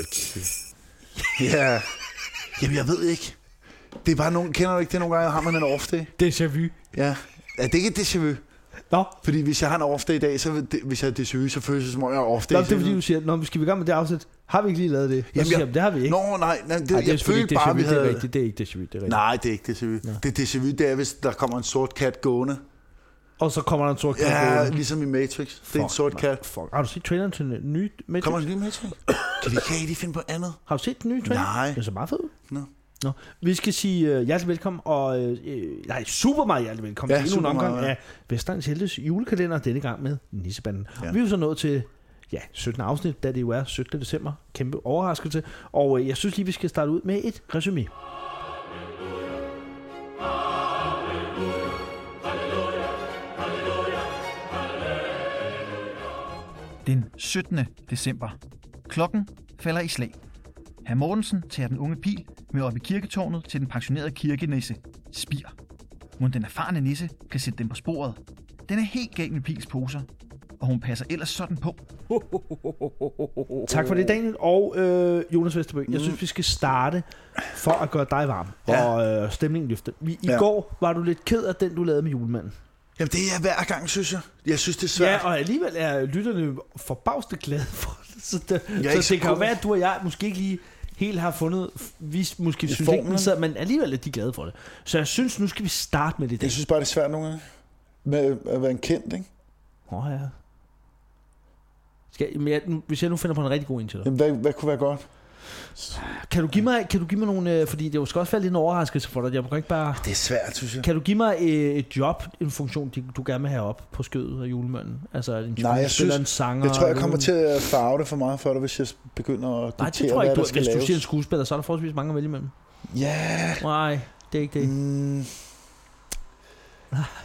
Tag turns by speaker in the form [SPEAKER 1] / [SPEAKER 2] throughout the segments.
[SPEAKER 1] Okay. Ja. Jamen, jeg ved ikke. Det er bare nogle... Kender du ikke det nogle gange? Har man en off day?
[SPEAKER 2] Déjà vu.
[SPEAKER 1] Ja. Ja, det er ikke et déjà vu.
[SPEAKER 2] Nå,
[SPEAKER 1] Fordi hvis jeg har en off day i dag, så vil det, hvis jeg har déjà vu, så føles det som om, jeg har off day.
[SPEAKER 2] Nå det er fordi, du siger, Nå, men skal vi i gang med det afsnit? Har vi ikke lige lavet det? Jamen,
[SPEAKER 1] Jamen,
[SPEAKER 2] siger,
[SPEAKER 1] jeg-
[SPEAKER 2] jeg, det har vi ikke.
[SPEAKER 1] Nå, nej, nej det,
[SPEAKER 2] Ej,
[SPEAKER 1] Ej,
[SPEAKER 2] det er
[SPEAKER 1] jeg
[SPEAKER 2] selvfølgelig
[SPEAKER 1] følte
[SPEAKER 2] déjà
[SPEAKER 1] bare,
[SPEAKER 2] vu,
[SPEAKER 1] vi havde...
[SPEAKER 2] det er rigtigt. Det er ikke déjà vu, det er rigtigt.
[SPEAKER 1] Nej, det er ikke déjà vu. Ja. Det déjà vu, det er, hvis der kommer en sort kat gående.
[SPEAKER 2] Og så kommer der en stor kæmpe.
[SPEAKER 1] Ja,
[SPEAKER 2] åbning.
[SPEAKER 1] ligesom i Matrix. det er en
[SPEAKER 2] Fuck,
[SPEAKER 1] sort
[SPEAKER 2] mand.
[SPEAKER 1] kat.
[SPEAKER 2] Fuck. Har du set traileren til den nye Matrix?
[SPEAKER 1] Kommer der en ny Matrix? Kan de, kan I lige finde på andet?
[SPEAKER 2] Har du set den nye trailer?
[SPEAKER 1] Nej.
[SPEAKER 2] Den så meget fed ud.
[SPEAKER 1] Nå.
[SPEAKER 2] Nå. Vi skal sige uh, hjertelig velkommen, og uh, nej, super meget hjertelig velkommen
[SPEAKER 1] Ja,
[SPEAKER 2] til endnu en
[SPEAKER 1] super
[SPEAKER 2] omgang
[SPEAKER 1] meget, ja.
[SPEAKER 2] af Vestegns Heltes julekalender, denne gang med Nissebanden. Ja.
[SPEAKER 1] Ja.
[SPEAKER 2] Vi er jo så nået til ja, 17. afsnit, da det jo er 17. december. Kæmpe overraskelse. Og uh, jeg synes lige, vi skal starte ud med et resume.
[SPEAKER 3] den 17. december. Klokken falder i slag. Herr Mortensen tager den unge pil med op i kirketårnet til den pensionerede kirkenisse, Spir. Mon den erfarne nisse kan sætte dem på sporet. Den er helt gal med pils poser, og hun passer ellers sådan på.
[SPEAKER 2] Tak for det, Daniel og øh, Jonas Vesterbøg. Jeg synes, vi skal starte for at gøre dig varm
[SPEAKER 1] Mm. Ja.
[SPEAKER 2] og øh, stemningen løfte. Vi, I
[SPEAKER 1] Ja.
[SPEAKER 2] går var du lidt ked af den, du lavede med julemanden.
[SPEAKER 1] Jamen, det er hver gang, synes jeg. Jeg synes, det er svært.
[SPEAKER 2] Ja, og alligevel er lytterne forbavste glade for det. Så det,
[SPEAKER 1] er
[SPEAKER 2] så
[SPEAKER 1] ikke så
[SPEAKER 2] det kan jo
[SPEAKER 1] god.
[SPEAKER 2] være, at du og jeg måske ikke lige helt har fundet, vi måske synes ikke,
[SPEAKER 1] formlen.
[SPEAKER 2] den sidder, men alligevel er de glade for det. Så jeg synes, nu skal vi starte med det der.
[SPEAKER 1] Jeg synes bare, det er svært nogle gange. Med at være en kendt, ikke?
[SPEAKER 2] Åh, ja. Skal, men jeg, nu- hvis jeg nu finder på en rigtig god en til dig.
[SPEAKER 1] Jamen, hvad, hvad kunne være godt?
[SPEAKER 2] Kan du give mig, kan du give mig nogle, øh, fordi det jo skal også være lidt en overraskelse for dig, jeg kan ikke bare...
[SPEAKER 1] Det er svært, synes jeg.
[SPEAKER 2] Kan du give mig øh, et job, en funktion, de- du gerne vil have op på skødet af julemanden? Altså en
[SPEAKER 1] Nej, jeg
[SPEAKER 2] skuespiller,
[SPEAKER 1] synes-
[SPEAKER 2] en sanger?
[SPEAKER 1] Jeg tror, jeg
[SPEAKER 2] eller
[SPEAKER 1] kommer
[SPEAKER 2] en-
[SPEAKER 1] til at farve det for meget for dig, hvis jeg begynder at
[SPEAKER 2] Nej, det tror jeg ikke, du, hvis du siger en skuespiller, så er der forholdsvis mange at vælge imellem.
[SPEAKER 1] Ja.
[SPEAKER 2] Nej, det er ikke det. Mm.
[SPEAKER 1] Mm.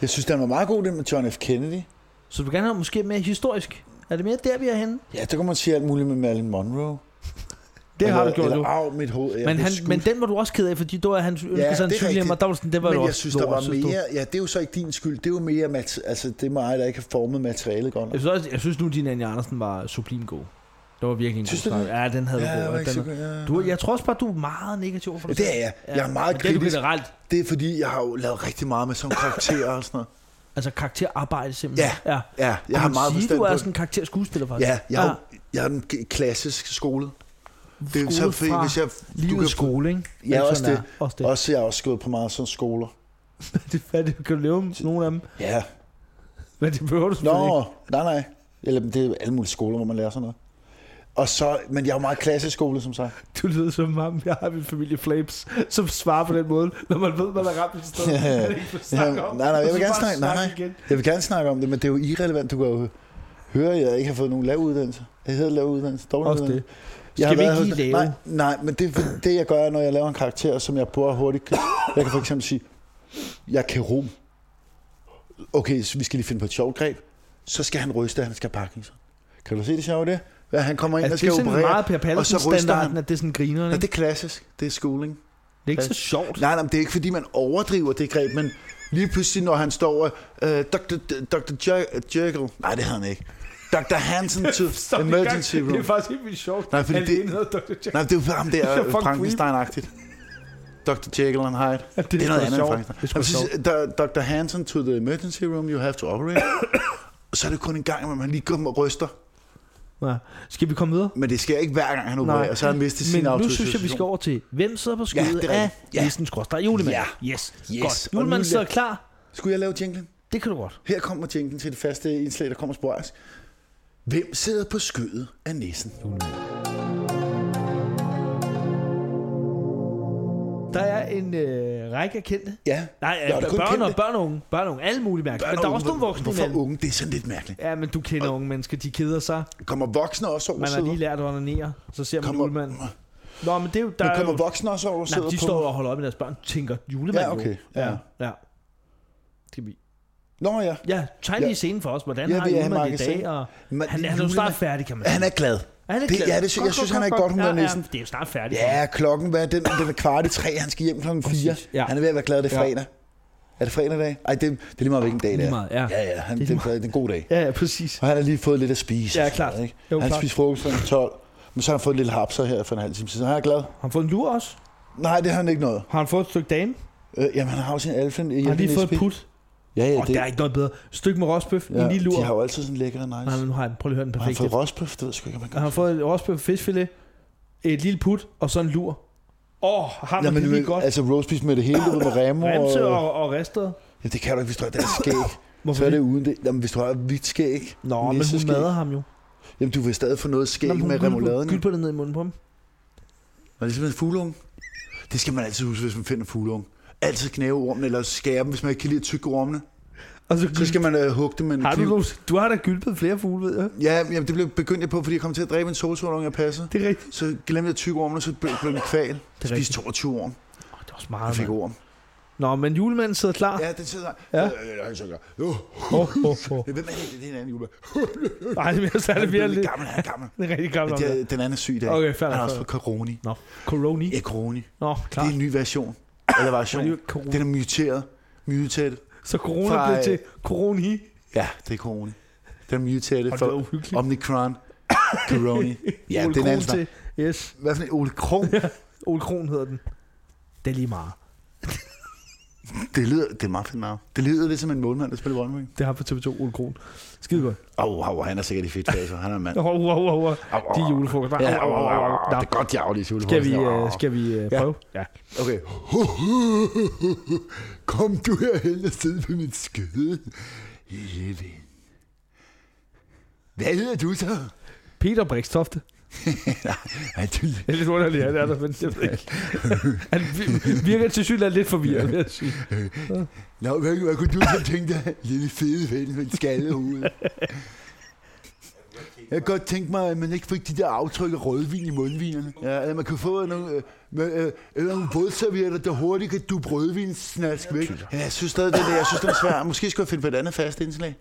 [SPEAKER 1] Jeg synes, den var meget god, den med John F. Kennedy.
[SPEAKER 2] Så du vil gerne have måske mere historisk? Er det mere der, vi er henne?
[SPEAKER 1] Ja, der kunne man sige alt muligt med Marilyn Monroe.
[SPEAKER 2] Det har du
[SPEAKER 1] Eller-
[SPEAKER 2] gjort
[SPEAKER 1] eller,
[SPEAKER 2] nu.
[SPEAKER 1] Arv mit hoved. Ja,
[SPEAKER 2] Men,
[SPEAKER 1] det
[SPEAKER 2] han,
[SPEAKER 1] skulle-
[SPEAKER 2] men den var du også ked af, fordi det var hans ønske ja,
[SPEAKER 1] det
[SPEAKER 2] sig
[SPEAKER 1] er
[SPEAKER 2] en cykelhjem,
[SPEAKER 1] rigtigt.
[SPEAKER 2] og der var, sådan- den var
[SPEAKER 1] men
[SPEAKER 2] jo
[SPEAKER 1] jeg
[SPEAKER 2] også
[SPEAKER 1] synes, der
[SPEAKER 2] lort,
[SPEAKER 1] var
[SPEAKER 2] synes du?
[SPEAKER 1] mere... Ja, det er jo så ikke din skyld. Det er jo mere... Mat- altså, det er mig, der ikke har formet materialet godt nok.
[SPEAKER 2] Jeg synes, også, jeg synes nu, din Anja Andersen var sublim god. Det var virkelig en
[SPEAKER 1] Synes
[SPEAKER 2] god
[SPEAKER 1] du det?
[SPEAKER 2] snak. Ja, den havde
[SPEAKER 1] Ja, jeg
[SPEAKER 2] du
[SPEAKER 1] var
[SPEAKER 2] god.
[SPEAKER 1] ikke
[SPEAKER 2] Den,
[SPEAKER 1] så god, ja.
[SPEAKER 2] du, jeg tror også bare, du er meget negativ for
[SPEAKER 1] Ja,
[SPEAKER 2] dig
[SPEAKER 1] det
[SPEAKER 2] selv.
[SPEAKER 1] er jeg. Jeg er meget
[SPEAKER 2] men Det er du
[SPEAKER 1] kritisk.
[SPEAKER 2] generelt.
[SPEAKER 1] Det er fordi, jeg har jo lavet rigtig meget med sådan karakterer og sådan noget.
[SPEAKER 2] Altså karakterarbejde simpelthen.
[SPEAKER 1] Ja, ja, jeg
[SPEAKER 2] Kunne
[SPEAKER 1] har
[SPEAKER 2] man
[SPEAKER 1] meget
[SPEAKER 2] sige,
[SPEAKER 1] forstand
[SPEAKER 2] du er
[SPEAKER 1] på-
[SPEAKER 2] sådan en karakterskuespiller faktisk.
[SPEAKER 1] Ja, jeg, ja. jeg er den k- klassisk skole. Det er
[SPEAKER 2] ah. Skole
[SPEAKER 1] så fordi,
[SPEAKER 2] fra
[SPEAKER 1] hvis jeg...
[SPEAKER 2] Livets skole, ikke?
[SPEAKER 1] Ja,
[SPEAKER 2] Sådan
[SPEAKER 1] også det.
[SPEAKER 2] er- Også det.
[SPEAKER 1] Også, jeg har også gået på meget sådan skoler.
[SPEAKER 2] det. Hvad er det, kan du leve med nogle af dem?
[SPEAKER 1] Ja.
[SPEAKER 2] Men det behøver du selvfølgelig ikke.
[SPEAKER 1] Nå, nej, nej. Eller det er jo alle mulige skoler, hvor man lærer sådan noget. Og så, men jeg er jo meget klassisk skole, som sagt.
[SPEAKER 2] Du lyder som ham, jeg har min familie Flames, som svarer på den måde, når man ved, man er ramt et sted.
[SPEAKER 1] Ja,
[SPEAKER 2] man ikke får
[SPEAKER 1] Ja,
[SPEAKER 2] snakket
[SPEAKER 1] nej,
[SPEAKER 2] om.
[SPEAKER 1] Øh, nej,
[SPEAKER 2] Og
[SPEAKER 1] jeg
[SPEAKER 2] så
[SPEAKER 1] vil gerne
[SPEAKER 2] bare
[SPEAKER 1] snakke, nej,
[SPEAKER 2] snak
[SPEAKER 1] nej. Altså, Jeg vil gerne snakke om det, men det er jo irrelevant. Du kan jo høre, at jeg ikke har fået nogen lav uddannelse. Jeg hedder lav uddannelse, dårlig
[SPEAKER 2] Også det.
[SPEAKER 1] uddannelse.
[SPEAKER 2] Skal
[SPEAKER 1] har
[SPEAKER 2] vi
[SPEAKER 1] været
[SPEAKER 2] ikke
[SPEAKER 1] hos-
[SPEAKER 2] lige lave?
[SPEAKER 1] Nej, nej, men det, det jeg gør, når jeg laver en karakter, som jeg bruger hurtigt. kan- Jeg kan for eksempel sige, jeg er kerum. Okay, så vi skal lige finde på et sjovt greb. Så skal han ryste, at han skal have Parkinson. Kan du se det sjove i det? Ja, han kommer ind
[SPEAKER 2] Altså,
[SPEAKER 1] og
[SPEAKER 2] det
[SPEAKER 1] skal
[SPEAKER 2] er sådan
[SPEAKER 1] operere,
[SPEAKER 2] meget Per
[SPEAKER 1] og så ryster han.
[SPEAKER 2] Pallesen-standarden, at det er sådan grinerne.
[SPEAKER 1] Ja, det
[SPEAKER 2] ikke?
[SPEAKER 1] er klassisk. Det er schooling.
[SPEAKER 2] Det er ikke så sjovt.
[SPEAKER 1] Nej, nej, men det er ikke, fordi man overdriver det greb, men lige pludselig, når han står og... Øh, Dr. D- Dr. Jer- Jekyll... Nej, det havde han ikke. Dr. Hansen to
[SPEAKER 2] Stop i
[SPEAKER 1] emergency
[SPEAKER 2] gang.
[SPEAKER 1] room.
[SPEAKER 2] Det er faktisk helt vildt sjovt.
[SPEAKER 1] Nej, fordi
[SPEAKER 2] Han
[SPEAKER 1] det-
[SPEAKER 2] lignede Dr. Jekyll.
[SPEAKER 1] Nej, det var ham
[SPEAKER 2] Det er
[SPEAKER 1] der
[SPEAKER 2] fucking
[SPEAKER 1] Frankenstein-agtigt. Dr. Jekyll and Hyde.
[SPEAKER 2] Ja,
[SPEAKER 1] Det er noget andet end
[SPEAKER 2] sjovt.
[SPEAKER 1] Frankenstein.
[SPEAKER 2] Det er sgu
[SPEAKER 1] Jamen,
[SPEAKER 2] da
[SPEAKER 1] så siger- Dr.
[SPEAKER 2] sjovt.
[SPEAKER 1] Dr. Hansen to the emergency room, you have to operate. Og så er det kun en gang, hvor man lige kommer og ryster.
[SPEAKER 2] Ja. Skal vi komme videre?
[SPEAKER 1] Men det sker ikke hver gang, han opererer, og så har han mistet sin
[SPEAKER 2] Men nu
[SPEAKER 1] autorisation.
[SPEAKER 2] synes jeg, vi skal over til, hvem sidder på
[SPEAKER 1] Ja, det er
[SPEAKER 2] skødet ja,
[SPEAKER 1] rigtigt.
[SPEAKER 2] af ja.
[SPEAKER 1] Ja.
[SPEAKER 2] listen skrådstræk julemand.
[SPEAKER 1] Ja.
[SPEAKER 2] Yes.
[SPEAKER 1] Yes.
[SPEAKER 2] Godt.
[SPEAKER 1] Og nu
[SPEAKER 2] Julemanden
[SPEAKER 1] la-
[SPEAKER 2] sidder klar.
[SPEAKER 1] Skulle jeg lave jinglen?
[SPEAKER 2] Det kan du godt.
[SPEAKER 1] Her kommer jinglen til det faste indslag, der kommer sporadisk. Hvem sidder på skødet af næsen?
[SPEAKER 2] Der er en øh, række af kendte.
[SPEAKER 1] Ja.
[SPEAKER 2] Nej,
[SPEAKER 1] Jeg har da
[SPEAKER 2] ja,
[SPEAKER 1] kun
[SPEAKER 2] børn,
[SPEAKER 1] kendt
[SPEAKER 2] og,
[SPEAKER 1] det.
[SPEAKER 2] børn og unge. Børn og unge. Alle mulige mærker.
[SPEAKER 1] Børn
[SPEAKER 2] Men
[SPEAKER 1] og
[SPEAKER 2] der er også
[SPEAKER 1] unge,
[SPEAKER 2] nogle voksne
[SPEAKER 1] Hvorfor
[SPEAKER 2] imellem.
[SPEAKER 1] unge? Det er sådan lidt mærkeligt.
[SPEAKER 2] Ja, men du kender unge mennesker. De keder sig.
[SPEAKER 1] Kommer voksne også over
[SPEAKER 2] Man har
[SPEAKER 1] sidder?
[SPEAKER 2] lige lært at onanere. Så ser man
[SPEAKER 1] Kommer-
[SPEAKER 2] julemanden. Nå, men det er jo... Der
[SPEAKER 1] Men
[SPEAKER 2] er
[SPEAKER 1] kommer
[SPEAKER 2] jo,
[SPEAKER 1] voksne også over
[SPEAKER 2] nej,
[SPEAKER 1] sidder
[SPEAKER 2] de
[SPEAKER 1] på?
[SPEAKER 2] står og holder op med deres børn. Tænker julemanden
[SPEAKER 1] Ja, okay.
[SPEAKER 2] Jo.
[SPEAKER 1] Ja.
[SPEAKER 2] ja. Skal vi...
[SPEAKER 1] Nå ja.
[SPEAKER 2] Ja, tegn lige
[SPEAKER 1] Ja.
[SPEAKER 2] scenen for os. Hvordan
[SPEAKER 1] Ja,
[SPEAKER 2] har
[SPEAKER 1] det er
[SPEAKER 2] julemanden i
[SPEAKER 1] Marcus
[SPEAKER 2] dag?
[SPEAKER 1] Steen.
[SPEAKER 2] Og
[SPEAKER 1] Men
[SPEAKER 2] han, han er jo
[SPEAKER 1] julemanden-
[SPEAKER 2] snart færdig, kan man sige.
[SPEAKER 1] Han er glad.
[SPEAKER 2] Er han ikke
[SPEAKER 1] Det-
[SPEAKER 2] glad?
[SPEAKER 1] ja, det sy- jeg synes, han er i godt humør næsten.
[SPEAKER 2] det er jo snart færdigt.
[SPEAKER 1] Ja, klokken, hvad er den? Den er kvart i tre, han skal hjem klokken fire.
[SPEAKER 2] Præcis, ja.
[SPEAKER 1] Han er ved at være glad, det er
[SPEAKER 2] Ja.
[SPEAKER 1] fredag. Er det fredag i dag? Ej, det, det er lige meget, hvilken dag det
[SPEAKER 2] Lige
[SPEAKER 1] er.
[SPEAKER 2] meget, ja.
[SPEAKER 1] Ja, ja, han,
[SPEAKER 2] Det er
[SPEAKER 1] det,
[SPEAKER 2] lige
[SPEAKER 1] er, det er en god dag.
[SPEAKER 2] ja, ja, præcis.
[SPEAKER 1] Og han har lige fået lidt at spise.
[SPEAKER 2] Ja,
[SPEAKER 1] og sådan
[SPEAKER 2] klart.
[SPEAKER 1] noget, Ikke?
[SPEAKER 2] Jo,
[SPEAKER 1] han
[SPEAKER 2] klart.
[SPEAKER 1] spiser frokost kl. 12. Men så har han fået en lille hapser her for en halv time siden. Han er glad.
[SPEAKER 2] Har han fået en lur også?
[SPEAKER 1] Nej, det har han ikke noget.
[SPEAKER 2] Har han fået et stykke dame?
[SPEAKER 1] Øh, jamen, han har jo sin alfen.
[SPEAKER 2] Har han lige fået et put?
[SPEAKER 1] Ja, ja,
[SPEAKER 2] Åh, der er ikke noget bedre. Et stykke med rosbøf, ja,
[SPEAKER 1] ja,
[SPEAKER 2] en lille lur.
[SPEAKER 1] De har jo altid sådan lækker og nice.
[SPEAKER 2] Nej,
[SPEAKER 1] Han,
[SPEAKER 2] men nu har jeg den. Prøv lige at høre den
[SPEAKER 1] har han
[SPEAKER 2] perfekt.
[SPEAKER 1] fået rosbøf? Det ved jeg sgu ikke, om han
[SPEAKER 2] Han har fået et rosbøf, fiskfilet, et lille put og så en lur. Åh, oh, har man
[SPEAKER 1] Jamen,
[SPEAKER 2] det lige
[SPEAKER 1] men,
[SPEAKER 2] godt.
[SPEAKER 1] altså roastbeef med det hele, du ved, med remo
[SPEAKER 2] Remse
[SPEAKER 1] og...
[SPEAKER 2] og, og ristet.
[SPEAKER 1] Ja, det kan du ikke, hvis du har dansk skæg.
[SPEAKER 2] Hvorfor
[SPEAKER 1] så er
[SPEAKER 2] det?
[SPEAKER 1] det uden det. Jamen, hvis du har hvidt skæg.
[SPEAKER 2] Nå, men hun
[SPEAKER 1] nisseskæg,
[SPEAKER 2] madder ham jo.
[SPEAKER 1] Jamen, du vil stadig få noget skæg
[SPEAKER 2] Nå, men hun
[SPEAKER 1] med
[SPEAKER 2] gyldte på-
[SPEAKER 1] remouladen.
[SPEAKER 2] gyldte på det ned i munden på ham.
[SPEAKER 1] Var det simpelthen en fugleunge? Det skal man altid huske, hvis man finder en fugleunge. Altid knæve ormen eller skære dem, hvis man ikke kan lide at tykke ormene.
[SPEAKER 2] Og så,
[SPEAKER 1] Så skal man øh, hugge dem med en
[SPEAKER 2] har du,
[SPEAKER 1] kniv.
[SPEAKER 2] nogen- du har da gylpet flere fugle, ved jeg.
[SPEAKER 1] Ja, jamen, det blev begyndt jeg på, fordi jeg kom til at dræbe en solsorunge, jeg passede.
[SPEAKER 2] Det er rigtigt.
[SPEAKER 1] Så glemte jeg tykke ormen, og så blev blev den kval.
[SPEAKER 2] er
[SPEAKER 1] Spiste
[SPEAKER 2] rigtigt.
[SPEAKER 1] 22 orm.
[SPEAKER 2] Oh, det var
[SPEAKER 1] Jeg
[SPEAKER 2] smart,
[SPEAKER 1] fik
[SPEAKER 2] mand.
[SPEAKER 1] orm.
[SPEAKER 2] Nå, men julemanden sidder klar.
[SPEAKER 1] Ja, det sidder
[SPEAKER 2] Ja.
[SPEAKER 1] jeg. Øh, han synger. Jo.
[SPEAKER 2] Åh, åh, åh.
[SPEAKER 1] Hvem er det? Det er en anden jule.
[SPEAKER 2] Nej, det er
[SPEAKER 1] Han
[SPEAKER 2] særlig
[SPEAKER 1] er blevet lidt
[SPEAKER 2] virkelig.
[SPEAKER 1] gammel, han er gammel.
[SPEAKER 2] Det er rigtig gammel.
[SPEAKER 1] Det
[SPEAKER 2] om det.
[SPEAKER 1] er, den anden er syg i dag.
[SPEAKER 2] Okay, fair
[SPEAKER 1] han
[SPEAKER 2] nok,
[SPEAKER 1] har også
[SPEAKER 2] fair
[SPEAKER 1] fået coroni.
[SPEAKER 2] Nå, Coroni.
[SPEAKER 1] Ja, coroni.
[SPEAKER 2] Nå,
[SPEAKER 1] Det
[SPEAKER 2] klar.
[SPEAKER 1] er en ny version. Eller version.
[SPEAKER 2] Men det er jo corona.
[SPEAKER 1] Den er muteret. Mutated.
[SPEAKER 2] Så corona
[SPEAKER 1] Fra,
[SPEAKER 2] blev
[SPEAKER 1] øh,
[SPEAKER 2] til Coroni.
[SPEAKER 1] Ja, det er corona. Den er mutated
[SPEAKER 2] Og det var
[SPEAKER 1] for
[SPEAKER 2] uhyggeligt.
[SPEAKER 1] Omnicron. Coroni. ja,
[SPEAKER 2] Ole
[SPEAKER 1] det er en
[SPEAKER 2] Kron
[SPEAKER 1] anden snak.
[SPEAKER 2] til. Yes.
[SPEAKER 1] Hvad for en Ole Kron?
[SPEAKER 2] Ole Kron hedder den. Det er lige meget.
[SPEAKER 1] Det lyder, det er meget fedt navn. Det lyder lidt som en målmand, der spiller Wolverine.
[SPEAKER 2] Det har på TV2 Ole Kron. Skide godt.
[SPEAKER 1] Åh, oh, oh, han er sikkert i fedt fase. Han er en mand.
[SPEAKER 2] Au, au, au, au.
[SPEAKER 1] Au, au,
[SPEAKER 2] De
[SPEAKER 1] au.
[SPEAKER 2] julefrokoster.
[SPEAKER 1] Ja,
[SPEAKER 2] Au,
[SPEAKER 1] oh,
[SPEAKER 2] au,
[SPEAKER 1] oh,
[SPEAKER 2] au, au.
[SPEAKER 1] oh,
[SPEAKER 2] Nå,
[SPEAKER 1] det er godt, jeg aflyser
[SPEAKER 2] Skal vi,
[SPEAKER 1] julefrokosten.
[SPEAKER 2] øh, skal vi øh, prøve? Ja.
[SPEAKER 1] Okay. Kom du herhen og sidde på min skød. Lille ven. Hvad hedder du så?
[SPEAKER 2] Peter Brikstofte.
[SPEAKER 1] Ej, du,
[SPEAKER 2] Det er lidt underligt, han er der, men jeg ved ikke. Han vi- virker til synligheden lidt forvirret, vil jeg sige.
[SPEAKER 1] Nå, hvad, hvad kunne du så tænke dig? Lille fede ven med et skaldet hoved. Jeg kan godt tænke mig, at man ikke fik de der aftryk af rødvin i mundvinerne. Ja, at man kunne få nogle, øh, med, øh, eller nogle vådservietter, der hurtigt kan duppe rødvinsnask væk. Ja, jeg synes stadig, det er, jeg synes, det er svært. Måske skulle jeg finde på et andet fast indslag.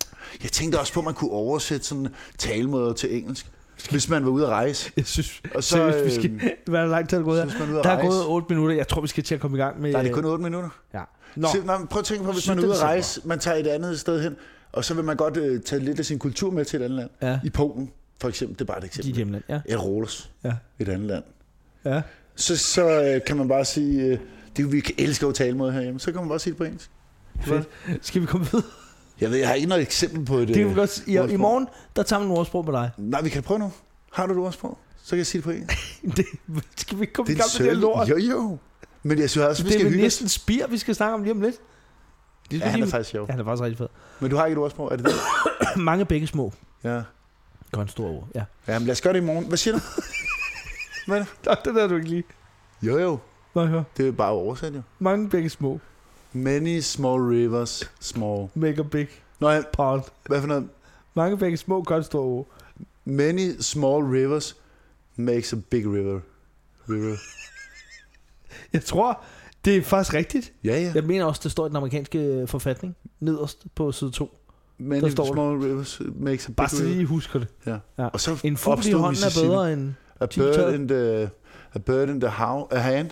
[SPEAKER 1] Jeg tænkte også på, at man kunne oversætte sådan talemåder til engelsk. Hvis man var ude at rejse.
[SPEAKER 2] Jeg synes,
[SPEAKER 1] Og så,
[SPEAKER 2] så, seriøst, vi
[SPEAKER 1] øhm,
[SPEAKER 2] skal, hvad er der langt til at gå her?
[SPEAKER 1] synes, man er ude at
[SPEAKER 2] Der er
[SPEAKER 1] rejse.
[SPEAKER 2] gået 8 minutter, jeg tror, vi skal til at komme i gang med...
[SPEAKER 1] Nej, det er kun 8 minutter.
[SPEAKER 2] Ja. Nå,
[SPEAKER 1] Nå. Se, nej, men prøv at tænke på, hvis man
[SPEAKER 2] Syvende
[SPEAKER 1] er ude at
[SPEAKER 2] december.
[SPEAKER 1] rejse, man tager et andet sted hen, og så vil man godt øh, tage lidt af sin kultur med til et andet land.
[SPEAKER 2] Ja.
[SPEAKER 1] I Polen, for eksempel. Det er bare et
[SPEAKER 2] dit
[SPEAKER 1] eksempel.
[SPEAKER 2] hjemland, ja.
[SPEAKER 1] Ja, Rolos,
[SPEAKER 2] ja.
[SPEAKER 1] et andet land.
[SPEAKER 2] ja.
[SPEAKER 1] Så, så øh, kan man bare sige, øh, det vi elsker at tale mod herhjemme, så kan man bare sige det på engelsk.
[SPEAKER 2] Fedt. Skal vi komme videre?
[SPEAKER 1] Jeg ved, jeg har ikke noget eksempel på et...
[SPEAKER 2] Det kan vi
[SPEAKER 1] øh,
[SPEAKER 2] godt sige. I, I
[SPEAKER 1] ordsprog.
[SPEAKER 2] morgen, der tager vi nogle ordsprog med dig.
[SPEAKER 1] Nej, vi kan prøve nu. Har du et ordsprog? Så kan jeg sige det på engelsk.
[SPEAKER 2] Det, skal vi ikke komme i
[SPEAKER 1] Det
[SPEAKER 2] gang
[SPEAKER 1] er
[SPEAKER 2] med det her lort?
[SPEAKER 1] en Jo, jo. Men jeg synes også, vi
[SPEAKER 2] Det
[SPEAKER 1] skal
[SPEAKER 2] er med
[SPEAKER 1] hygge os.
[SPEAKER 2] næsten spir, vi skal snakke om lige om lidt. Det
[SPEAKER 1] Ja, han
[SPEAKER 2] lige-
[SPEAKER 1] er faktisk sjov.
[SPEAKER 2] Ja, han er faktisk rigtig fed.
[SPEAKER 1] Men du har ikke et ordsprog, er det det?
[SPEAKER 2] Mange begge små.
[SPEAKER 1] Ja.
[SPEAKER 2] Godt en stor ord, ja.
[SPEAKER 1] Jamen, lad os gøre det i morgen. Hvad siger du?
[SPEAKER 2] Nå, det der du ikke lige.
[SPEAKER 1] Jo, jo.
[SPEAKER 2] Nå, hør.
[SPEAKER 1] Det er bare oversat, jo.
[SPEAKER 2] Mange begge små.
[SPEAKER 1] Many small rivers, small.
[SPEAKER 2] Make a big
[SPEAKER 1] Nå, ja,
[SPEAKER 2] pond.
[SPEAKER 1] hvad for noget?
[SPEAKER 2] Mange begge små, godt en stor ord.
[SPEAKER 1] Many small rivers makes a big river. River.
[SPEAKER 2] Jeg tror, det er faktisk rigtigt.
[SPEAKER 1] Ja, ja.
[SPEAKER 2] Jeg mener også, det står i den amerikanske øh, forfatning, nederst på side 2.
[SPEAKER 1] Many
[SPEAKER 2] der står
[SPEAKER 1] small rivers makes a big
[SPEAKER 2] Bare så
[SPEAKER 1] river.
[SPEAKER 2] lige husker det.
[SPEAKER 1] Ja.
[SPEAKER 2] Ja.
[SPEAKER 1] Og så
[SPEAKER 2] En fugl i
[SPEAKER 1] opstod
[SPEAKER 2] hånden er
[SPEAKER 1] Mississippi.
[SPEAKER 2] bedre end...
[SPEAKER 1] A bird
[SPEAKER 2] Tip-top.
[SPEAKER 1] in the a bird in the how, a hand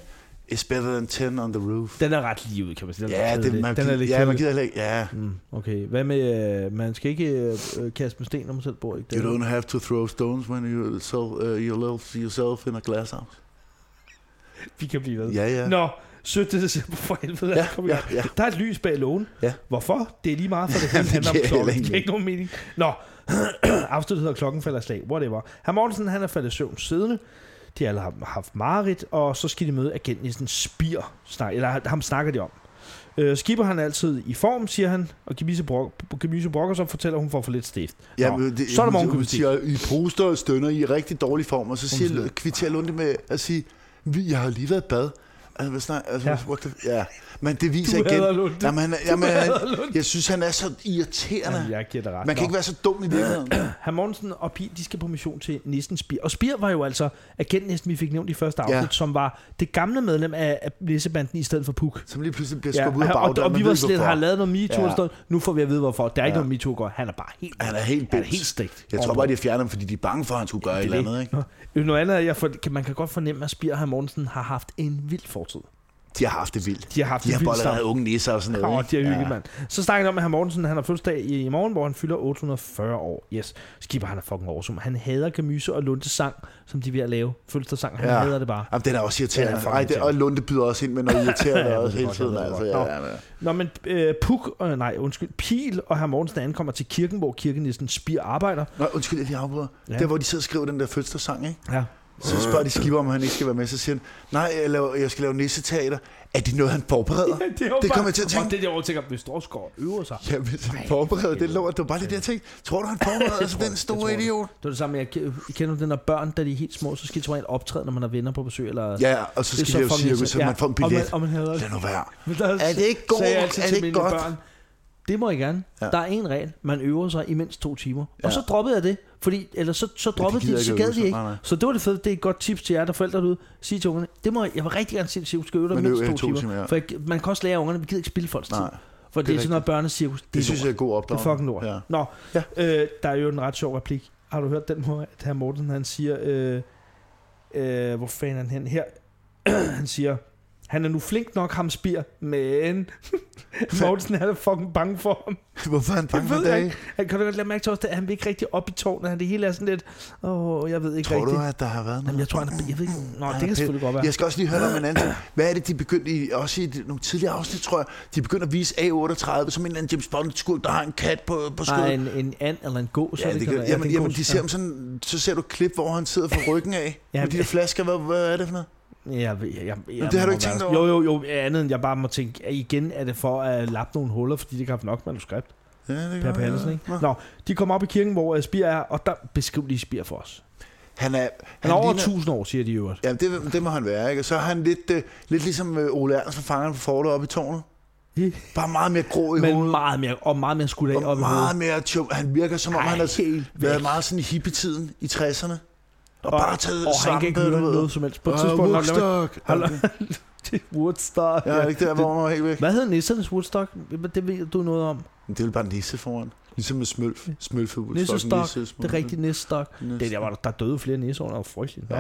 [SPEAKER 1] is better than ten on the roof.
[SPEAKER 2] Den er ret lige ud, kan man sige. Den
[SPEAKER 1] Ja,
[SPEAKER 2] ret
[SPEAKER 1] det,
[SPEAKER 2] kedelig.
[SPEAKER 1] man,
[SPEAKER 2] den er lidt
[SPEAKER 1] ja, man
[SPEAKER 2] kedelig.
[SPEAKER 1] gider heller ikke. Ja.
[SPEAKER 2] Mm, okay, hvad med... Øh, man skal ikke øh, øh, kaste med sten, når man selv bor i
[SPEAKER 1] You
[SPEAKER 2] Danmark.
[SPEAKER 1] don't have to throw stones when you so, uh, you love yourself in a glass house.
[SPEAKER 2] Vi kan blive ved.
[SPEAKER 1] Ja, ja.
[SPEAKER 2] Nå, 17. december for helvede. lad os
[SPEAKER 1] Ja,
[SPEAKER 2] komme i gang.
[SPEAKER 1] ja, ja.
[SPEAKER 2] Der er et lys bag lågen.
[SPEAKER 1] Ja.
[SPEAKER 2] Hvorfor? Det er lige meget, for det hele
[SPEAKER 1] Det
[SPEAKER 2] handler om
[SPEAKER 1] giver heller
[SPEAKER 2] klokken.
[SPEAKER 1] ingen
[SPEAKER 2] Det giver ikke nogen mening. Nå, afsnittet hedder klokken falder i slag. Whatever. Herr Mortensen, han er faldet i søvn siddende. De har alle har haft mareridt, og så skal de møde agenten i sådan en spir. Snak, eller ham snakker de om. Øh, skipper han er altid i form, siger han, og Gemisse brok, Gemisse brokker så fortæller, at hun får for lidt stift.
[SPEAKER 1] Ja,
[SPEAKER 2] Nå,
[SPEAKER 1] men det,
[SPEAKER 2] så er der
[SPEAKER 1] hun
[SPEAKER 2] morgenkomité.
[SPEAKER 1] siger, I poster og stønner, I er i rigtig dårlig form, og så siger,
[SPEAKER 2] siger-
[SPEAKER 1] kvitterer Lunde med at sige, "Vi- jeg har lige været i bad. Altså, hvad snak, altså,
[SPEAKER 2] Ja.
[SPEAKER 1] ja. What the, ja. Men det viser
[SPEAKER 2] Du hader
[SPEAKER 1] igen.
[SPEAKER 2] Lunde.
[SPEAKER 1] Jamen, han, jamen, han,
[SPEAKER 2] hader Lunde.
[SPEAKER 1] jeg synes, han er så irriterende.
[SPEAKER 2] Jamen, jeg giver dig ret.
[SPEAKER 1] Man kan
[SPEAKER 2] Nå.
[SPEAKER 1] ikke være så dum i virkeligheden.
[SPEAKER 2] Herr Mortensen og Pil, de skal på mission til Nissen Spir. Og Spir var jo altså agenten, Nissen, vi fik nævnt i første afsnit,
[SPEAKER 1] Ja.
[SPEAKER 2] ja. som var det gamle medlem af, af Nissebanden i stedet for Puk.
[SPEAKER 1] Som lige pludselig bliver
[SPEAKER 2] Ja,
[SPEAKER 1] skubbet ud af
[SPEAKER 2] og, og,
[SPEAKER 1] bagdøren.
[SPEAKER 2] og,
[SPEAKER 1] man
[SPEAKER 2] vi
[SPEAKER 1] ved
[SPEAKER 2] var
[SPEAKER 1] ikke,
[SPEAKER 2] slet,
[SPEAKER 1] hvorfor.
[SPEAKER 2] har lavet noget MeToo,
[SPEAKER 1] Ja.
[SPEAKER 2] ja. nu får vi at vide hvorfor. Der er ikke ja. noget MeToo, går. Han er bare helt,
[SPEAKER 1] Han er helt
[SPEAKER 2] han er
[SPEAKER 1] bims.
[SPEAKER 2] helt stegt.
[SPEAKER 1] Jeg tror bare, de har fjernet ham, fordi de er bange for, at han skulle gøre et eller andet. Ikke?
[SPEAKER 2] Nå. Noget andet er, jeg for, kan, man kan godt fornemme, at Spir og Herr Mortensen har haft en vild fortid.
[SPEAKER 1] De har haft det vildt.
[SPEAKER 2] De har haft
[SPEAKER 1] de
[SPEAKER 2] en
[SPEAKER 1] har
[SPEAKER 2] vild
[SPEAKER 1] bollerede
[SPEAKER 2] start.
[SPEAKER 1] unge nisser og sådan noget.
[SPEAKER 2] Åh,
[SPEAKER 1] ikke?
[SPEAKER 2] de er hyggeligt, ja. mand. Så snakker jeg om, at herr Mortensen han har fødselsdag i, i morgen, hvor han fylder 840 år. Yes. Skipper han er fucking awesome. Han hader Camus og Lundes sang, som de er ved at lave. Fødselsdagssang. Han
[SPEAKER 1] Ja.
[SPEAKER 2] hader det bare.
[SPEAKER 1] Jamen, den er også irriterende.
[SPEAKER 2] Den er
[SPEAKER 1] Den er
[SPEAKER 2] fucking
[SPEAKER 1] Ej, det, og Lunde byder også ind med noget irriterende
[SPEAKER 2] Ja,
[SPEAKER 1] også
[SPEAKER 2] det er
[SPEAKER 1] hele
[SPEAKER 2] godt,
[SPEAKER 1] tiden.
[SPEAKER 2] det er
[SPEAKER 1] Altså,
[SPEAKER 2] godt.
[SPEAKER 1] ja, ja, ja.
[SPEAKER 2] Nå, men øh, Puk, øh, nej, undskyld, Pil og herr Mortensen ankommer til kirken, hvor kirkenissen spir arbejder.
[SPEAKER 1] Nå, undskyld, at jeg afbryder.
[SPEAKER 2] Ja.
[SPEAKER 1] Ja. Der, hvor de sidder og skriver den der fødselsdagssang, ikke?
[SPEAKER 2] Ja.
[SPEAKER 1] Så spørger de Skipper, om han ikke skal være med. Så siger han, nej, jeg, laver, jeg skal lave nisseteater. Er det noget, han forbereder?
[SPEAKER 2] det,
[SPEAKER 1] det kommer jeg til at tænke.
[SPEAKER 2] Og det der år, tænker, hvis Drosgaard øver sig.
[SPEAKER 1] Ja, hvis han forbereder det lort. Det var bare det der ting. Tror du, han forbereder sig, den store idiot?
[SPEAKER 2] Det var det samme, jeg ke- kender du den der børn, da de er helt små, så skal de som regel optræde, når man har venner på besøg. Eller...
[SPEAKER 1] Ja, og så
[SPEAKER 2] Altså, Det er
[SPEAKER 1] skal de lave
[SPEAKER 2] fucking
[SPEAKER 1] cirkus, så
[SPEAKER 2] irriterende.
[SPEAKER 1] man får en
[SPEAKER 2] Ja,
[SPEAKER 1] billet.
[SPEAKER 2] Og man, og man hader
[SPEAKER 1] Lad nu være.
[SPEAKER 2] Men der
[SPEAKER 1] Er det ikke god
[SPEAKER 2] sagde jeg
[SPEAKER 1] nok?
[SPEAKER 2] altid
[SPEAKER 1] Er
[SPEAKER 2] til
[SPEAKER 1] det ikke
[SPEAKER 2] mine
[SPEAKER 1] godt?
[SPEAKER 2] det må I gerne. Ja.
[SPEAKER 1] Ja.
[SPEAKER 2] Der er en regel. Man øver sig i mindst to timer. Ja.
[SPEAKER 1] Ja.
[SPEAKER 2] Og så droppede jeg det. Fordi, eller så, så droppede ja,
[SPEAKER 1] gider
[SPEAKER 2] de,
[SPEAKER 1] ikke
[SPEAKER 2] så
[SPEAKER 1] at
[SPEAKER 2] gad
[SPEAKER 1] øve
[SPEAKER 2] de
[SPEAKER 1] sig.
[SPEAKER 2] ikke.
[SPEAKER 1] Nej, nej.
[SPEAKER 2] Så det var det fede. Det er et godt tip til jer, der er forældre derude. Sig til ungerne, det må jeg, jeg vil rigtig gerne sige, at du skal øve dig i
[SPEAKER 1] Men
[SPEAKER 2] mindst
[SPEAKER 1] øv jer
[SPEAKER 2] to,
[SPEAKER 1] i
[SPEAKER 2] timer. timer ja. For jeg, man kan også lære ungerne, vi gider ikke spille folks
[SPEAKER 1] Nej,
[SPEAKER 2] tid. For det,
[SPEAKER 1] er
[SPEAKER 2] er sådan noget
[SPEAKER 1] rigtigt.
[SPEAKER 2] børnecirkus.
[SPEAKER 1] det synes
[SPEAKER 2] lort.
[SPEAKER 1] jeg er god
[SPEAKER 2] Det er
[SPEAKER 1] opdrag.
[SPEAKER 2] fucking lort. Ja.
[SPEAKER 1] Ja.
[SPEAKER 2] Nå, ja.
[SPEAKER 1] Ja.
[SPEAKER 2] Øh, der er jo en ret sjov replik. Har du hørt den, hvor at herr Mortensen, han siger, øh, øh, hvor fanden er han hen her? han siger, han er nu flink nok, ham spir, men Mortensen han er fucking bange for ham.
[SPEAKER 1] Hvorfor er han bange
[SPEAKER 2] Det
[SPEAKER 1] for
[SPEAKER 2] ved jeg
[SPEAKER 1] det?
[SPEAKER 2] ikke. Han kan du godt lade mærke til også, at han vil ikke rigtig op i tårnet. Han det hele er sådan lidt, åh, jeg ved ikke
[SPEAKER 1] Tror
[SPEAKER 2] rigtigt.
[SPEAKER 1] du, at der har været noget?
[SPEAKER 2] Jamen, jeg tror, han er, jeg ved ikke, nå,
[SPEAKER 1] Ah,
[SPEAKER 2] det kan
[SPEAKER 1] pæ-
[SPEAKER 2] selvfølgelig godt være.
[SPEAKER 1] Jeg skal også lige høre dig om en anden ting. Hvad er det, de begyndte i, også i de- nogle tidligere afsnit, tror jeg, de begyndte at vise A38 som en eller anden James Bond-skurk, der har en kat på, på
[SPEAKER 2] Nej,
[SPEAKER 1] skødet.
[SPEAKER 2] en, en and eller en gås.
[SPEAKER 1] Ja,
[SPEAKER 2] eller
[SPEAKER 1] det
[SPEAKER 2] ikke,
[SPEAKER 1] kan,
[SPEAKER 2] eller-
[SPEAKER 1] jamen,
[SPEAKER 2] det er en
[SPEAKER 1] jamen,
[SPEAKER 2] gås,
[SPEAKER 1] de ser ham sådan, så ser du et klip, hvor han sidder fra ryggen af.
[SPEAKER 2] Ja,
[SPEAKER 1] Ja, med de der flasker, hvad, hvad er det for noget?
[SPEAKER 2] Jeg, ved- jeg, jeg, jeg,
[SPEAKER 1] det har du
[SPEAKER 2] må
[SPEAKER 1] ikke tænkt
[SPEAKER 2] være-
[SPEAKER 1] over?
[SPEAKER 2] Jo, jo, jo, andet end jeg bare må tænke, at igen er det for at lappe nogle huller, fordi de ikke har haft nok manuskript.
[SPEAKER 1] Ja, det kan
[SPEAKER 2] Per
[SPEAKER 1] godt være.
[SPEAKER 2] Pallesen, ikke?
[SPEAKER 1] Nå.
[SPEAKER 2] Nå, de kommer op i kirken, hvor øh, Spir er, og der beskriv lige Spir for os.
[SPEAKER 1] Han er, han
[SPEAKER 2] Han er over
[SPEAKER 1] ligner-
[SPEAKER 2] 1000 år, siger de i øvrigt.
[SPEAKER 1] Ja, det, det må han være, ikke? Og så er han lidt, øh, lidt ligesom øh, Ole Ernst fra fangeren på fortet oppe i tårnet. Bare meget mere grå i
[SPEAKER 2] Men
[SPEAKER 1] hovedet.
[SPEAKER 2] meget mere, og meget mere skudt af
[SPEAKER 1] Og
[SPEAKER 2] op i
[SPEAKER 1] meget
[SPEAKER 2] hovedet.
[SPEAKER 1] mere tjum. Han virker som om,
[SPEAKER 2] Ej,
[SPEAKER 1] han har
[SPEAKER 2] helt væk.
[SPEAKER 1] været meget sådan i hippietiden i 60'erne. Og,
[SPEAKER 2] Og-
[SPEAKER 1] bare taget
[SPEAKER 2] Og han kan
[SPEAKER 1] svampe,
[SPEAKER 2] ikke
[SPEAKER 1] du
[SPEAKER 2] høre
[SPEAKER 1] ved.
[SPEAKER 2] noget som helst. På et
[SPEAKER 1] Og
[SPEAKER 2] tidspunkt... når-
[SPEAKER 1] Woodstock.
[SPEAKER 2] Hold-
[SPEAKER 1] Okay.
[SPEAKER 2] Woodstock.
[SPEAKER 1] Ja, ikke der, hvor man var helt væk.
[SPEAKER 2] Hvad hedder nissernes Woodstock? Det ved du noget om.
[SPEAKER 1] Men Det er jo bare en nisse foran. Ligesom med smølf. Smølf er
[SPEAKER 2] Nissestok. Det er rigtigt nissestok.
[SPEAKER 1] Nisse.
[SPEAKER 2] Det er der, hvor der- der døde flere nisser under. Det var frygteligt. Nå.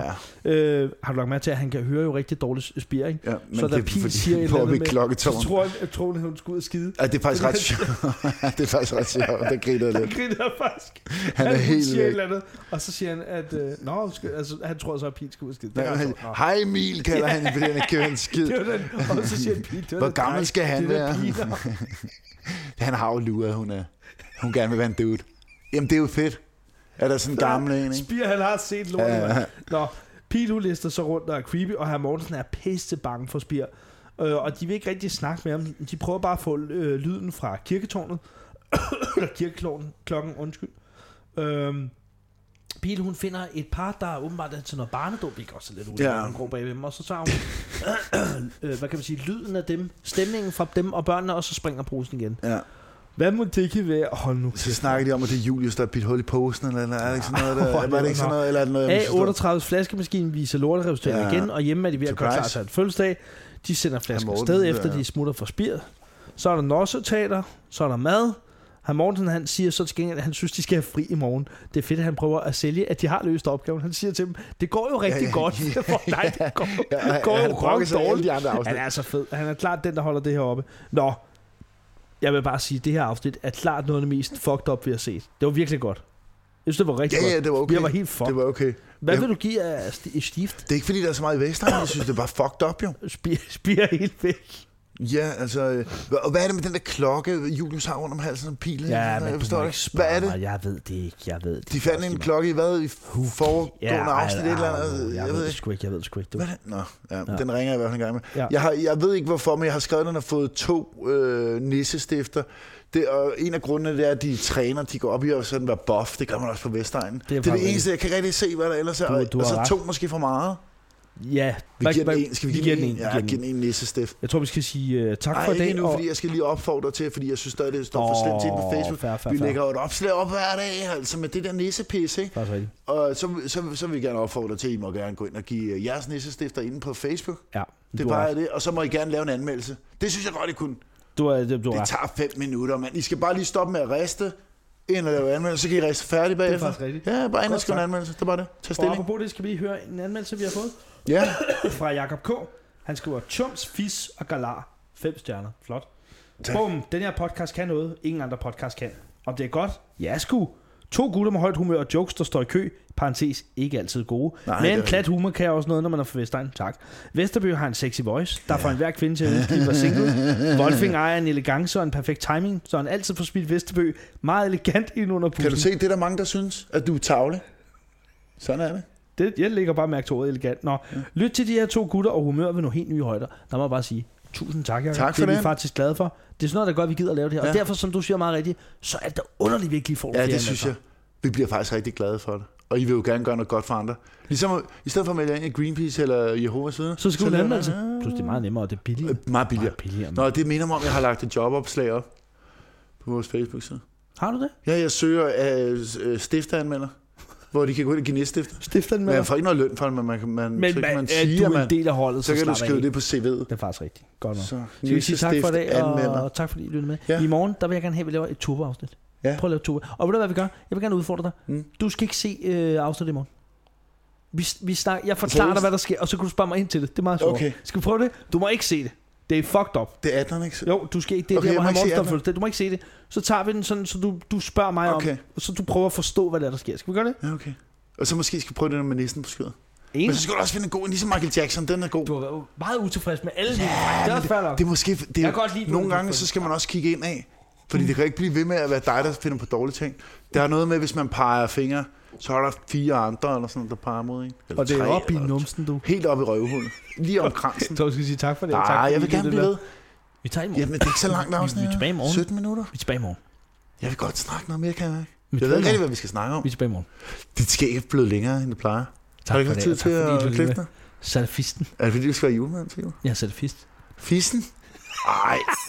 [SPEAKER 1] Ja,
[SPEAKER 2] Øh, har du lagt mærke til, at han kan høre jo rigtig dårligt spir, ikke?
[SPEAKER 1] ja, men
[SPEAKER 2] så da
[SPEAKER 1] det er
[SPEAKER 2] Pil
[SPEAKER 1] fordi,
[SPEAKER 2] siger et eller andet
[SPEAKER 1] oppe i
[SPEAKER 2] med, så
[SPEAKER 1] klokketårn.
[SPEAKER 2] tror jeg, at troen, hun skulle ud og skide.
[SPEAKER 1] Ja, det er faktisk ret sjovt. det er faktisk ret sjovt. Der griner jeg
[SPEAKER 2] Han
[SPEAKER 1] lidt.
[SPEAKER 2] griner jeg faktisk.
[SPEAKER 1] Han er
[SPEAKER 2] hun
[SPEAKER 1] helt
[SPEAKER 2] siger et
[SPEAKER 1] væk.
[SPEAKER 2] eller andet, og så siger han, at øh, nå, hun skal, altså, han tror så, at Pil skal ud og skide. Det er
[SPEAKER 1] Nej,
[SPEAKER 2] ret
[SPEAKER 1] han-
[SPEAKER 2] sjovt. Nå.
[SPEAKER 1] Hej Emil, kalder han, fordi han ikke kan høre en skid.
[SPEAKER 2] Det var den, og så siger han, Pil, det var
[SPEAKER 1] Hvor
[SPEAKER 2] den
[SPEAKER 1] gammel
[SPEAKER 2] dreng,
[SPEAKER 1] skal han
[SPEAKER 2] det var
[SPEAKER 1] være?
[SPEAKER 2] Pil, og-
[SPEAKER 1] Han har jo luret, hun er. Hun gerne vil være en dude. Jamen, det er jo fedt. Er der sådan en gammel en, ikke?
[SPEAKER 2] Spir, han har set lort.
[SPEAKER 1] Ja, ja.
[SPEAKER 2] Ja. Nå, Pil, hun lister så rundt og er creepy, og herr Mortensen er pisse bange for Spir. Øh, og de vil ikke rigtig snakke med ham. De prøver bare at få øh, lyden fra kirketårnet. Eller kirkeklokken, klokken, undskyld. Øhm, Pil, hun finder et par, der er åbenbart er til noget barnedåb, hvilket også er lidt ude,
[SPEAKER 1] Ja.
[SPEAKER 2] ja. hun går bagved dem, og så tager hun, øh, hvad kan man sige, lyden af dem, stemningen fra dem og børnene, og så springer posen igen.
[SPEAKER 1] Ja.
[SPEAKER 2] Hvad må det ikke være? Hold nu
[SPEAKER 1] Så snakker de om, at det er Julius, der har bidt hul i posen, eller, eller er det ikke sådan noget? Der,
[SPEAKER 2] Åh,
[SPEAKER 1] var det ikke sådan noget, eller er det noget, jeg misforstår?
[SPEAKER 2] A38's flaskemaskine viser lorteresultater ja.
[SPEAKER 1] Ja.
[SPEAKER 2] igen, og hjemme er de ved at gøre
[SPEAKER 1] Surprise.
[SPEAKER 2] klar til en fødselsdag. De sender flasken
[SPEAKER 1] Herr Mortensen,
[SPEAKER 2] sted efter,
[SPEAKER 1] ja.
[SPEAKER 2] de smutter fra spiret. Så er der nosseteater, så er der mad. Herr Mortensen, han siger så til gengæld, at han synes, de skal have fri i morgen. Det er fedt, at han prøver at sælge, at de har løst opgaven. Han siger til dem, det går jo rigtig ja,
[SPEAKER 1] ja,
[SPEAKER 2] godt. Nej, det går,
[SPEAKER 1] Ja, han-
[SPEAKER 2] går
[SPEAKER 1] han
[SPEAKER 2] jo
[SPEAKER 1] brokker
[SPEAKER 2] røv
[SPEAKER 1] sig i alle
[SPEAKER 2] dårligt.
[SPEAKER 1] de andre afsnit.
[SPEAKER 2] Han er så fed. Han er klart den, der holder det her oppe. Nå, jeg vil bare sige, at det her afsnit er klart noget af det mest fucked up, vi har set. Det var virkelig godt. Jeg synes, det var rigtig
[SPEAKER 1] Ja, ja,
[SPEAKER 2] godt.
[SPEAKER 1] det var okay.
[SPEAKER 2] Jeg var helt fucked.
[SPEAKER 1] Det var okay.
[SPEAKER 2] Hvad
[SPEAKER 1] Ja.
[SPEAKER 2] vil du give af sti- i stift?
[SPEAKER 1] Det er ikke, fordi der er så meget i Vestegn, jeg synes, det er bare fucked up, jo.
[SPEAKER 2] Spir, spir helt væk.
[SPEAKER 1] Ja, altså, øh, hva- og hvad er det med den der klokke, Julius har rundt om halsen og pilen?
[SPEAKER 2] Ja,
[SPEAKER 1] Sådan,
[SPEAKER 2] men
[SPEAKER 1] jeg
[SPEAKER 2] du må
[SPEAKER 1] forstår
[SPEAKER 2] ikke
[SPEAKER 1] det.
[SPEAKER 2] spørge
[SPEAKER 1] Hvad er det?
[SPEAKER 2] Mig. Jeg ved det ikke, jeg ved det.
[SPEAKER 1] De fandt en klokke i hvad? I foregående afsnit, et eller andet?
[SPEAKER 2] Jeg,
[SPEAKER 1] Jeg ved
[SPEAKER 2] det
[SPEAKER 1] ikke.
[SPEAKER 2] sgu ikke, jeg ved det sgu ikke. Du.
[SPEAKER 1] Hvad er det? Nå, ja, den ringer jeg i hvert fald en gang med.
[SPEAKER 2] Ja.
[SPEAKER 1] Ja. Jeg, har, jeg ved ikke hvorfor, men jeg har skrevet, at den har fået to øh, nissestifter. Det, og en af grundene det er, at de træner, de går op i at sådan være buff. Det gør man også på Vestegnen. Det er det, er
[SPEAKER 2] faktisk
[SPEAKER 1] det eneste, jeg kan rigtig se, hvad der ellers er.
[SPEAKER 2] Du- du
[SPEAKER 1] og
[SPEAKER 2] har
[SPEAKER 1] så
[SPEAKER 2] ret.
[SPEAKER 1] to måske for meget.
[SPEAKER 2] Ja.
[SPEAKER 1] Vi
[SPEAKER 2] hvad-
[SPEAKER 1] giver den
[SPEAKER 2] hvad-
[SPEAKER 1] en. Skal vi,
[SPEAKER 2] vi
[SPEAKER 1] give
[SPEAKER 2] giver den en.
[SPEAKER 1] Ja,
[SPEAKER 2] vi
[SPEAKER 1] giver
[SPEAKER 2] giver den
[SPEAKER 1] den
[SPEAKER 2] en.
[SPEAKER 1] en nissestift.
[SPEAKER 2] Jeg tror, vi skal sige uh, tak
[SPEAKER 1] Nej,
[SPEAKER 2] for i
[SPEAKER 1] ikke
[SPEAKER 2] dag.
[SPEAKER 1] endnu,
[SPEAKER 2] og-
[SPEAKER 1] fordi jeg skal lige opfordre til, fordi jeg synes stadig, det står
[SPEAKER 2] Åh,
[SPEAKER 1] for slemt til på Facebook.
[SPEAKER 2] fair, fair,
[SPEAKER 1] vi
[SPEAKER 2] fair.
[SPEAKER 1] lægger jo et opslag op hver dag, altså med det der nissepis, ikke?
[SPEAKER 2] Faktisk rigtigt.
[SPEAKER 1] Og så, så, så vil vi gerne opfordre til, at I må gerne gå ind og give øh, jeres nissestifter inde på Facebook.
[SPEAKER 2] Ja,
[SPEAKER 1] Det
[SPEAKER 2] du
[SPEAKER 1] er
[SPEAKER 2] har
[SPEAKER 1] bare
[SPEAKER 2] ret.
[SPEAKER 1] det, og så må I gerne lave en anmeldelse. Det synes jeg godt, I kunne.
[SPEAKER 2] Du har, det, du har.
[SPEAKER 1] Det
[SPEAKER 2] ret.
[SPEAKER 1] tager fem minutter, mand. I skal bare lige stoppe med at riste, ind og lave anmeldelse, så kan I riste færdig bagefter.
[SPEAKER 2] faktisk rigtigt.
[SPEAKER 1] Ja, bare ind
[SPEAKER 2] Godt
[SPEAKER 1] og skrive en
[SPEAKER 2] sagt.
[SPEAKER 1] anmeldelse. Det er bare det. Tag
[SPEAKER 2] Og
[SPEAKER 1] stilling.
[SPEAKER 2] apropos det, skal vi lige høre en anmeldelse, vi har fået
[SPEAKER 1] Ja,
[SPEAKER 2] fra Jakob K. Han skriver, Tums, Fis og Galar. Fem stjerner. Flot.
[SPEAKER 1] Tak.
[SPEAKER 2] Bum, den her podcast kan noget, ingen andre podcast kan. Om det er godt? Ja, sgu. To gutter med højt humør og jokes, der står i kø. Parentes, ikke altid gode.
[SPEAKER 1] Nej,
[SPEAKER 2] Nej,
[SPEAKER 1] det er
[SPEAKER 2] Men
[SPEAKER 1] rigtigt.
[SPEAKER 2] klat humor kan også noget, når man er fra Vestegn. Tak. Vesterbø har en sexy voice, der får enhver kvinde til at ønske, at de var single. Wolfing ejer en elegance og en perfekt timing, så han altid får spildt Vesterbø meget elegant ind under
[SPEAKER 1] Kan du
[SPEAKER 2] pussen.
[SPEAKER 1] se, det er der mange, der synes, at du er tavle. Sådan er det.
[SPEAKER 2] Oh, Det, jeg lægger bare mærke til ordet elegant. Nå, lyt til de her to gutter, og humør ved nogle helt nye højder. Der må jeg bare sige, tusind tak, Jacob.
[SPEAKER 1] Tak for
[SPEAKER 2] det. er vi
[SPEAKER 1] det.
[SPEAKER 2] faktisk glade for. Det er sådan noget, der gør, at vi gider at lave det her. Ja.
[SPEAKER 1] Ja.
[SPEAKER 2] Og derfor, som du siger meget rigtigt, så er altså- det da underligt, at vi ikke lige får nogle
[SPEAKER 1] Ja,
[SPEAKER 2] flere
[SPEAKER 1] det synes jeg.
[SPEAKER 2] anmeldelser.
[SPEAKER 1] Vi bliver faktisk rigtig glade for det. Og I vil jo gerne gøre noget godt for andre. Ligesom at- i stedet for at melde jer ind i Greenpeace eller Jehovas vidner.
[SPEAKER 2] Så skal du en
[SPEAKER 1] laver
[SPEAKER 2] anmeldelse.
[SPEAKER 1] man-
[SPEAKER 2] Plus, det er meget nemmere, og det er billigere.
[SPEAKER 1] Øh, Meget billigere.
[SPEAKER 2] Meget billigere
[SPEAKER 1] Nå, det minder mig om, at jeg har lagt et jobopslag op på vores Facebook-side.
[SPEAKER 2] Har du det?
[SPEAKER 1] Ja, jeg søger øh, øh, stifteranmelder, hvor de kan gå ind og give næststifter.
[SPEAKER 2] Stifter den
[SPEAKER 1] Men man får ikke noget løn for det, men man, kan- man,
[SPEAKER 2] Men
[SPEAKER 1] så kan
[SPEAKER 2] man,
[SPEAKER 1] man
[SPEAKER 2] man siger,
[SPEAKER 1] sige,
[SPEAKER 2] du
[SPEAKER 1] at
[SPEAKER 2] er
[SPEAKER 1] man,
[SPEAKER 2] en del af holdet,
[SPEAKER 1] så
[SPEAKER 2] så,
[SPEAKER 1] kan du
[SPEAKER 2] slap af.
[SPEAKER 1] skrive det på CV'et.
[SPEAKER 2] Det er faktisk rigtigt. Godt nok. Så,
[SPEAKER 1] Så,
[SPEAKER 2] så vi siger tak for i dag,
[SPEAKER 1] anmelder.
[SPEAKER 2] og tak fordi I lyttede med.
[SPEAKER 1] Ja.
[SPEAKER 2] Ja. I morgen, der vil jeg gerne have, at vi laver et turboafsnit.
[SPEAKER 1] Ja.
[SPEAKER 2] Prøv at lave et turbo. Og ved du, hvad vi gør? Jeg vil gerne udfordre dig.
[SPEAKER 1] Mm.
[SPEAKER 2] Mm. Du skal ikke se øh, afsnittet i morgen. Vi, vi snak, jeg forklarer dig,
[SPEAKER 1] Seriøst?
[SPEAKER 2] hvad der sker, og så kan du spørge mig ind til det. Det er meget sjovt.
[SPEAKER 1] Okay.
[SPEAKER 2] Skal vi prøve det? Du må ikke se det. Det er fucked up.
[SPEAKER 1] Det er 18'eren, ikke?
[SPEAKER 2] Jo, du skal ikke. Det er
[SPEAKER 1] Okay,
[SPEAKER 2] okay, der,
[SPEAKER 1] jeg
[SPEAKER 2] hvor
[SPEAKER 1] må
[SPEAKER 2] han
[SPEAKER 1] ikke se
[SPEAKER 2] monster
[SPEAKER 1] andet.
[SPEAKER 2] føler- Du må ikke se det. Så tager vi den sådan, så du, du spørger mig okay.
[SPEAKER 1] Okay.
[SPEAKER 2] om, så du prøver at forstå, hvad der, er, der sker. Skal vi gøre det?
[SPEAKER 1] Ja, okay. Og så måske skal vi prøve det der med næsten på skødet.
[SPEAKER 2] Enig.
[SPEAKER 1] Men så skal du også finde en god, en, ligesom Michael Jackson, den er god.
[SPEAKER 2] Du har været meget utilfreds med alle ja, dine
[SPEAKER 1] Ja,
[SPEAKER 2] fejl. Det er
[SPEAKER 1] men
[SPEAKER 2] også fair nok.
[SPEAKER 1] det, det er måske, det er,
[SPEAKER 2] Jeg kan godt lide
[SPEAKER 1] nogle
[SPEAKER 2] Bruno
[SPEAKER 1] gange,
[SPEAKER 2] Lars.
[SPEAKER 1] så skal man også kigge ind af. Fordi det kan ikke blive ved med at være dig, der finder på dårlige ting. Der er noget med, hvis man peger fingre, så er der fire andre, eller sådan, der peger mod en. Eller
[SPEAKER 2] Og det er
[SPEAKER 1] tre,
[SPEAKER 2] op i
[SPEAKER 1] eller-
[SPEAKER 2] numsen, du.
[SPEAKER 1] Helt op i røvhullet. Lige om kransen.
[SPEAKER 2] Så skal sige tak for det. og
[SPEAKER 1] Nej,
[SPEAKER 2] tak, fordi
[SPEAKER 1] jeg vil
[SPEAKER 2] I
[SPEAKER 1] gerne blive
[SPEAKER 2] lyttede
[SPEAKER 1] ved.
[SPEAKER 2] med. Vi tager i morgen.
[SPEAKER 1] Jamen, det er ikke så langt
[SPEAKER 2] Vi-
[SPEAKER 1] afsnit.
[SPEAKER 2] Vi er tilbage i morgen.
[SPEAKER 1] 17 minutter.
[SPEAKER 2] Vi er tilbage i morgen.
[SPEAKER 1] Jeg vil godt snakke noget mere, kan jeg ikke?
[SPEAKER 2] Vi er
[SPEAKER 1] Jeg ved
[SPEAKER 2] tilbage i
[SPEAKER 1] ikke rigtig,
[SPEAKER 2] morgen.
[SPEAKER 1] hvad vi skal snakke om.
[SPEAKER 2] Vi er tilbage i morgen.
[SPEAKER 1] Dit skæg er blevet længere, end det plejer.
[SPEAKER 2] Tak
[SPEAKER 1] har du
[SPEAKER 2] for
[SPEAKER 1] ikke haft
[SPEAKER 2] det,
[SPEAKER 1] tid
[SPEAKER 2] og
[SPEAKER 1] til
[SPEAKER 2] tak fordi I
[SPEAKER 1] at
[SPEAKER 2] lyttede
[SPEAKER 1] klippe
[SPEAKER 2] med.
[SPEAKER 1] dig?
[SPEAKER 2] Salafisten.
[SPEAKER 1] Er det fordi, du skal være julemand til jul?
[SPEAKER 2] Jeg er salafist.
[SPEAKER 1] Fissen? Ej.